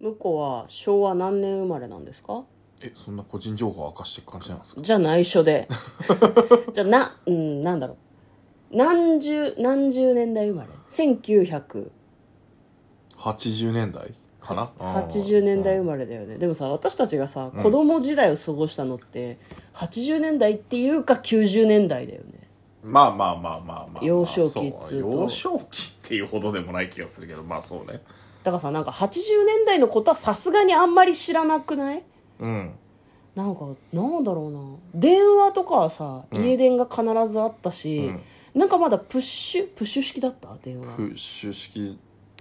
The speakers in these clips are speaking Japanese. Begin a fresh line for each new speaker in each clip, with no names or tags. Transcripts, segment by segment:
向こうは昭和何年生まれなんですか
えそんな個人情報を明かしていく感じなんですか
じゃあ内緒 でじゃあなうんなんだろう何十何十年代生まれ
80年代かな
1980年代生まれだよね、でもさ私たちがさ子供時代を過ごしたのって、80年代っていうか90年代だよね
まあまあまあまあまあ
幼少期っつうと
そう幼少期っていうほどでもない気がするけどまあそうね
だからさなんか80年代のことはさすがにあんまり知らなくない
うん
なんかなんだろうな電話とかはさ
うん
家電が必ずあったし、なんかまだプッシュプッシュ式だった電話
プッシュ式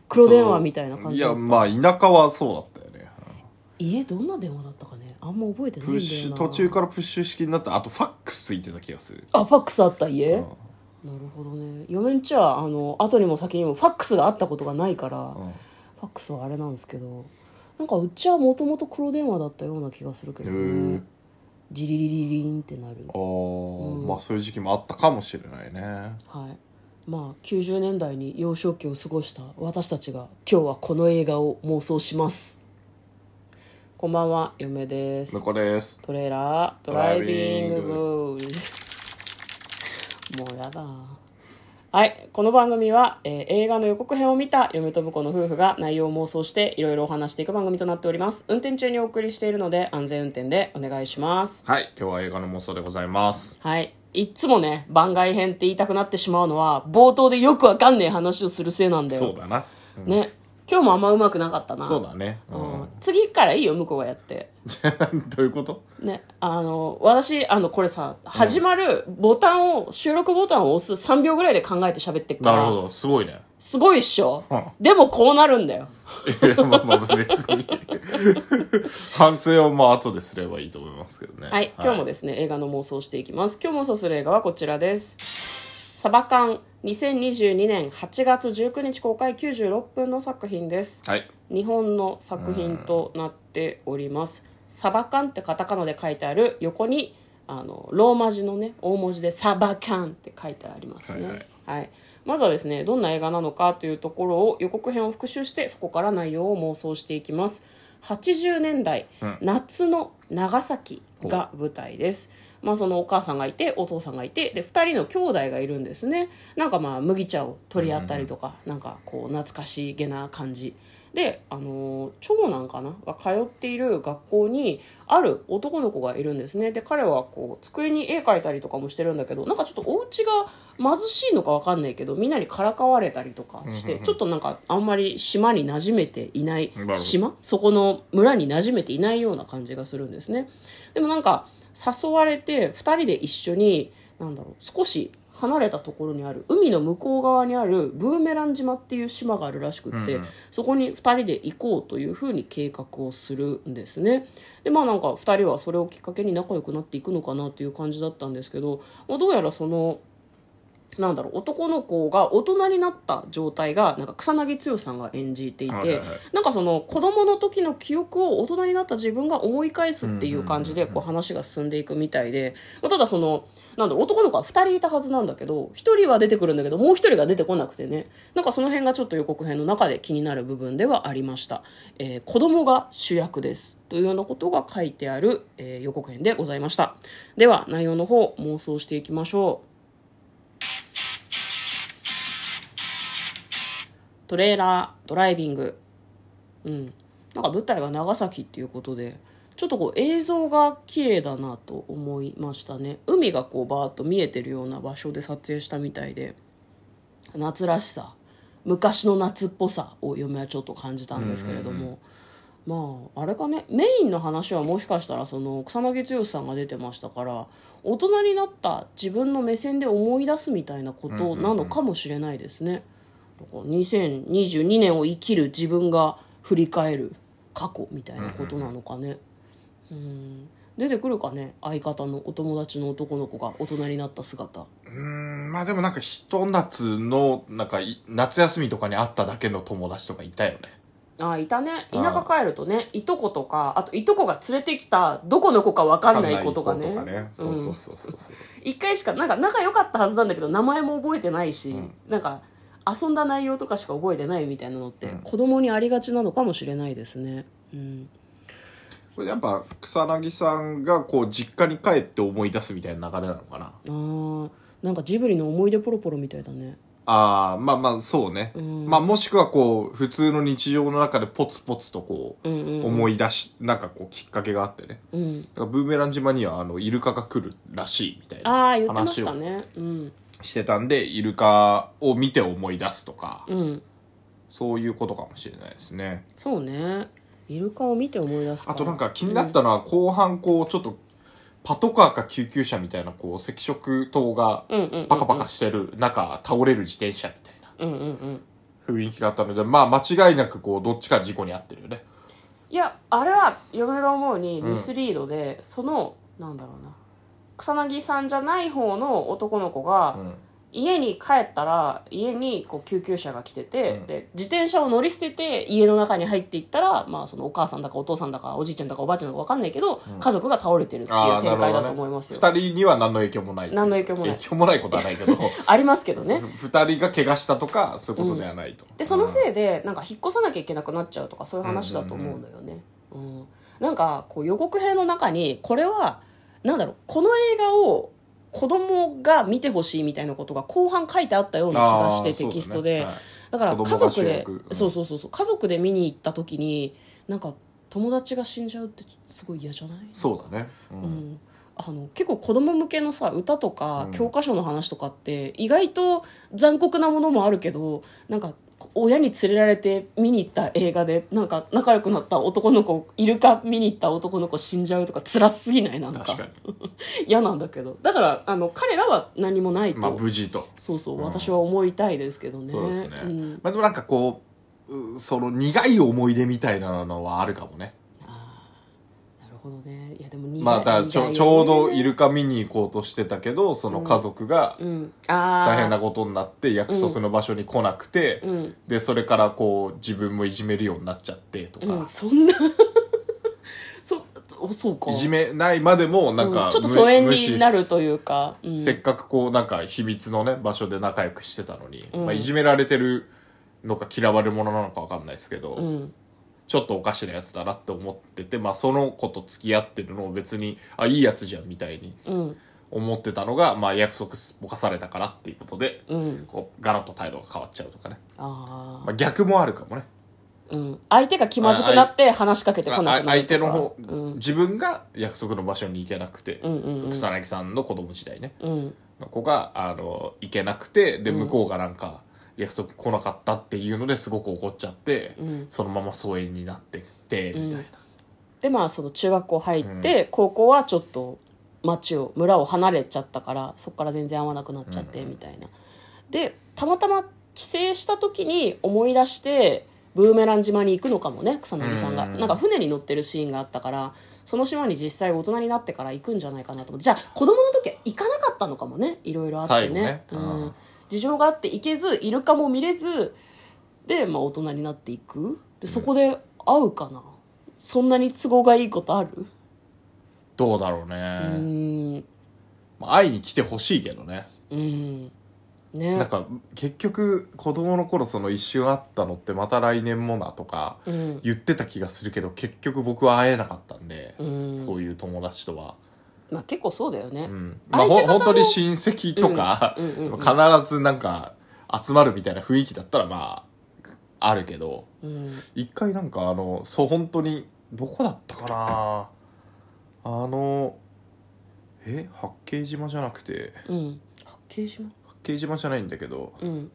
黒電話みたいな感じ
いやまあ田舎はそうだったよね
家どんな電話だったかねあんま覚えてないん
プ
だよ
ッ
な
シュ途中からプッシュ式になったあとファックスついてた気がする
あファックスあった家、
うん
なるほどね嫁んちはあの後にも先にもファックスがあったことがないから、ファックスはあれなんですけどなんかうちはもともと黒電話だったような気がするけど
うんへえ
ねジリリリリンってなる
あーまあそういう時期もあったかもしれないね
はいまあ90年代に幼少期を過ごした私たちが今日はこの映画を妄想しますこんばんは嫁です
向こうです
トレーラードライビングもうやだはいこの番組は、えー映画の予告編を見た嫁と婿の夫婦が内容を妄想していろいろお話していく番組となっております運転中にお送りしているので安全運転でお願いします
はい今日は映画の妄想でございます
はいいっつもね番外編って言いたくなってしまうのは冒頭でよくわかんねえ話をするせいなんだよ
そうだなうん
ね今日もあんまうまくなかったな
そうだねう
うんん次からいいよ向こうがやって
じ ゃあどういうこと
ね、あの、私、あの、これさ、始まるボタンを、収録ボタンを押す3秒ぐらいで考えて喋ってっか
なるほ
ら、
どすごいね
すごいっしょ、
うん
でもこうなるんだよ。
いやまあまあ別に 反省はまあ後ですればいいと思いますけどね
はい、今日もですね、映画の妄想をしていきます。今日妄想する映画はこちらです。サバカン、2022年8月19日公開96分の作品です。
はい
日本の作品となっております。サバカンってカタカナで書いてある横にあのローマ字のね大文字で「サバカン」って書いてありますね。
は
はいい
はい
まずはですねどんな映画なのかというところを予告編を復習してそこから内容を妄想していきます。80年代、夏の長崎が舞台です。まあ、そのお母さんがいてお父さんがいてで2人の兄弟がいるんですねなんかまあ麦茶を取り合ったりとか、なんかこう懐かしげな感じで、あのー長男かなが通っている学校にある男の子がいるんですねで彼はこう机に絵描いたりとかもしてるんだけどなんかちょっとお家が貧しいのかわかんないけどみんなにからかわれたりとかして、ちょっとなんかあんまり島に馴染めていない
なるほど
島そこの村に馴染めていないような感じがするんですねでもなんか誘われて2人で一緒になんだろう少し離れたところにある海の向こう側にあるブーメラン島っていう島があるらしくって、
うんうん
そこに2人で行こうというふうに計画をするんですねでまあなんか2人はそれをきっかけに仲良くなっていくのかなという感じだったんですけど、まあ、どうやらそのなんだろう男の子が大人になった状態がなんか草薙剛さんが演じていて、
はいはいはい
なんかその子供の時の記憶を大人になった自分が思い返すっていう感じでこう話が進んでいくみたいで、まあ、ただそのなんだろう男の子は2人いたはずなんだけど1人は出てくるんだけどもう1人が出てこなくてねなんかその辺がちょっと予告編の中で気になる部分ではありました、えー子供が主役ですというようなことが書いてある、えー予告編でございましたでは内容の方妄想していきましょうトレーラードライビングうんなんか舞台が長崎っていうことでちょっとこう映像が綺麗だなと思いましたね海がこうバーッと見えてるような場所で撮影したみたいで夏らしさ昔の夏っぽさを嫁はちょっと感じたんですけれども、まああれかねメインの話はもしかしたらその草薙剛さんが出てましたから大人になった自分の目線で思い出すみたいなことなのかもしれないですね。2022年を生きる自分が振り返る過去みたいなことなのかね、うん出てくるかね相方のお友達の男の子が大人になった姿
うーんまあでもなんかひと夏のなんかい夏休みとかに会っただけの友達とかいたよね
あいたね
あ
田舎帰るとねいとことかあといとこが連れてきたどこの子か分かんない子とかね
わかんない子とかねそうそうそうそうそう
一回しかなんか仲良かったはずなんだけど名前も覚えてないし、
うん
なんか遊んだ内容とかしか覚えてないみたいなのって、
うん
子供にありがちなのかもしれないですねうん
これやっぱ草薙さんがこう実家に帰って思い出すみたいな流れなのかな
あーなんかジブリの思い出ポロポロみたいだね
ああまあまあそうね、
うん
まあもしくはこう普通の日常の中でポツポツとこう
うんうん
思い出し、なんかこうきっかけがあってね
うん
だからブーメラン島にはあのイルカが来るらしいみたい
あ
な
あ言ってまし
話
た
を
ねうん
してたんで、イルカを見て思い出すとか、
うん
そういうことかもしれないですね
そうねイルカを見て思い出す
あとなんか気になったのは後半こうちょっとパトカーか救急車みたいなこう赤色灯が
うんうんうんうん
パカパカしてる中倒れる自転車みたいな
うんうんうん
雰囲気があったのでまあ間違いなくこうどっちか事故に遭ってるよね
いやあれは嫁が思うに
うん
ミスリードで、そのなんだろうな草薙さんじゃない方の男の子が、
うん
家に帰ったら家にこう救急車が来てて、
うん
で自転車を乗り捨てて家の中に入っていったら、まあ、そのお母さんだかお父さんだかおじいちゃんだかおばあちゃんだか分かんないけど、
うん
家族が倒れてるっていう
あーな
展
るほ
開
ど
だ
ね
と思いますよ
二人には何の影響もない
何の影響もない
影響もないことはないけど
ありますけどね
二人が怪我したとかそういうことではないと、
でその
い
せいでなんか引っ越さなきゃいけなくなっちゃうとかそういう話だと思うのよね、うんなんかこう予告編の中にこれはなんだろうこの映画を子供が見てほしいみたいなことが後半書いてあったような気がしてテキストで、だから
子
家
供が主
族で
役うん
そうそうそうそう家族で見に行った時になんか友達が死んじゃうってすごい嫌じゃない
そうだねう、
うんん、あの結構子供向けのさ歌とか
うん
教科書の話とかって意外と残酷なものもあるけどなんか親に連れられて見に行った映画でなんか仲良くなった男の子イルカ見に行った男の子死んじゃうとか辛すぎないなんか
確かに
嫌なんだけどだからあの彼らは何もないと、
まあ無事と
そうそう、
うん
私は思いたいですけどね
そうですね、
ん
まあでもなんかこううその苦い思い出みたいなのはあるかもね
あーなるほどねいやでも苦い
まあだからち
苦いよ
ょ
ね
ちょうどイルカ見に行こうとしてたけどその家族が
うんああ
大変なことになって約束の場所に来なくて、
うん、
でそれからこう自分もいじめるようになっちゃってと
う
か
ん、、そんな そおそうか
いじめないまでもなん
う
か、
ちょっと疎遠
無視
になるというか、うん、
せっかくこうなんか秘密のね場所で仲良くしてたのに、
うん
まあ、いじめられてるのか嫌われ者なのかわかんないですけど、
うん
ちょっとおかしなやつだなって思ってて、まあ、その子と付き合ってるのを別にあいいやつじゃんみたいに
うん
思ってたのが、まあ、約束すっぽかされたからっていうことで
うん
こうガラッと態度が変わっちゃうとかね、
あ
ま
あ
あ、逆もあるかもね
うん相手が気まずくなって話しかけてこな
あ
くなる
相
と
手
か
の方、
うん
自分が約束の場所に行けなくて、
うんうんうん
草薙さんの子供時代ね
うん
の子があの行けなくてで
うん
向こうがなんか約束来なかったっていうのですごく怒っちゃって、
うん
そのまま疎遠になってってみたいな、
でまあその中学校入って、高校はちょっと町を村を離れちゃったからそこから全然会わなくなっちゃって
うん
みたいな、でたまたま帰省した時に思い出してブーメラン島に行くのかもね草薙さんが、
うん
なんか船に乗ってるシーンがあったからその島に実際大人になってから行くんじゃないかなと思ってじゃあ子供の時は行かなかったのかもねいろいろあって
最後
ね
ね
う
うんん、
事情があって行けずイルカも見れずで、まあ、大人になっていくでそこで会うかな、そんなに都合がいいことある
どうだろう
う
ね、
ーん
まあ、会いに来てほしいけどね
うん
なん
ね
か結局子供の頃その一瞬会ったのってまた来年もなとか
うん
言ってた気がするけど結局僕は会えなかったんで、
うん
そういう友達とは、
まあ結構そうだよね
うんまあ、
相
ほ
手方も
本当に親戚とか、
うんうんうん
必ずなんか集まるみたいな雰囲気だったらまああるけど
うん
一回なんかあのそう本当にどこだったかなあのえ八景島じゃなくて
うん八景島
八景島じゃないんだけど
うん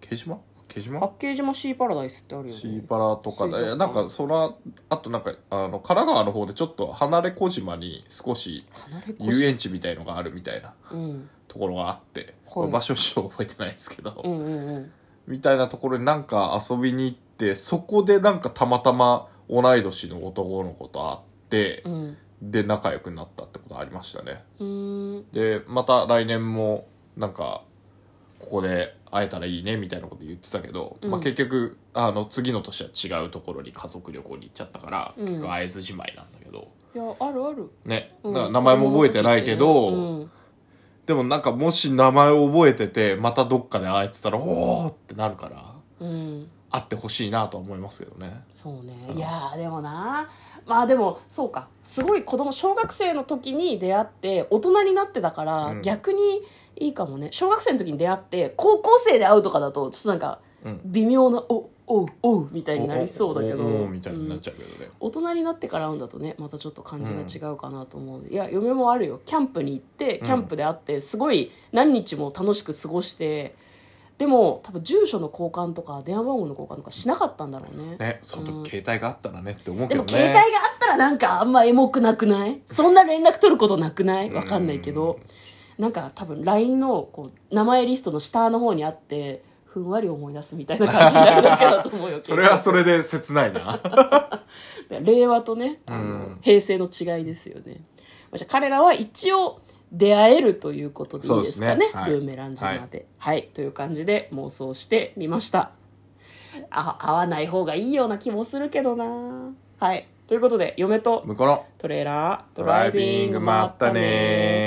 八景島八景
八
島
景島シーパラダイスってあるよね
シーパラとか
水族
で
館
なんかそのあとなんかあの神奈川の方でちょっと離れ小島に少し
離れっこし
遊園地みたいのがあるみたいな
うん
ところがあって、
はい
場所ちょっと覚えてないですけど、
うんうんうん
みたいなところになんか遊びに行って、そこでなんかたまたま同い年の男の子と会って
う、ん
で、仲良くなったってことありましたね。
うーん
で、また来年も、なんか、ここで会えたらいいねみたいなこと言ってたけど、
うん
まあ結局、あの、次の年は違うところに家族旅行に行っちゃったから、
うん
結局会えずじまいなんだけど、
いやあるある
ね、
うん
だから名前も覚えてないけど、
うん
でもなんかもし名前を覚えててまたどっかで会えてたらおーってなるから
うん
会ってほしいなとは思いますけどね
そうね
うん
いやーでもなまあでもそうかすごい子供小学生の時に出会って大人になってだから、
うん
逆にいいかもね小学生の時に出会って高校生で会うとかだとちょっとなんか
うん
微妙な「おおうおう」みたいになりそうだけど
おおおおみたいになっ
うん
ちゃうけどね、
大人になってから会うんだとねまたちょっと感じが違うかなと思う、いや嫁もあるよキャンプに行って
うん
キャンプで会ってすごい何日も楽しく過ごしてでも多分住所の交換とか電話番号の交換とかしなかったんだろうね
ねその
うん
時携帯があったらねって思うけ
で
ど
も
ね
携帯があったらなんかあんまエモくなくないそんな連絡取ることなくないわかんないけどなんか多分 LINE のこう名前リストの下の方にあってふんわり思い出すみたいな感じになるだけだと思うよ
それはそれで切ないな
令和とねあの、
うん
平成の違いですよねまあじゃあ彼らは一応出会えるということでいいですか
そうで
ね
すねはい
ルーメランジャーではい、という感じで妄想してみましたあ会わない方がいいような気もするけどなはいということで嫁と
向こうの
トレーラード
ドライビングまったね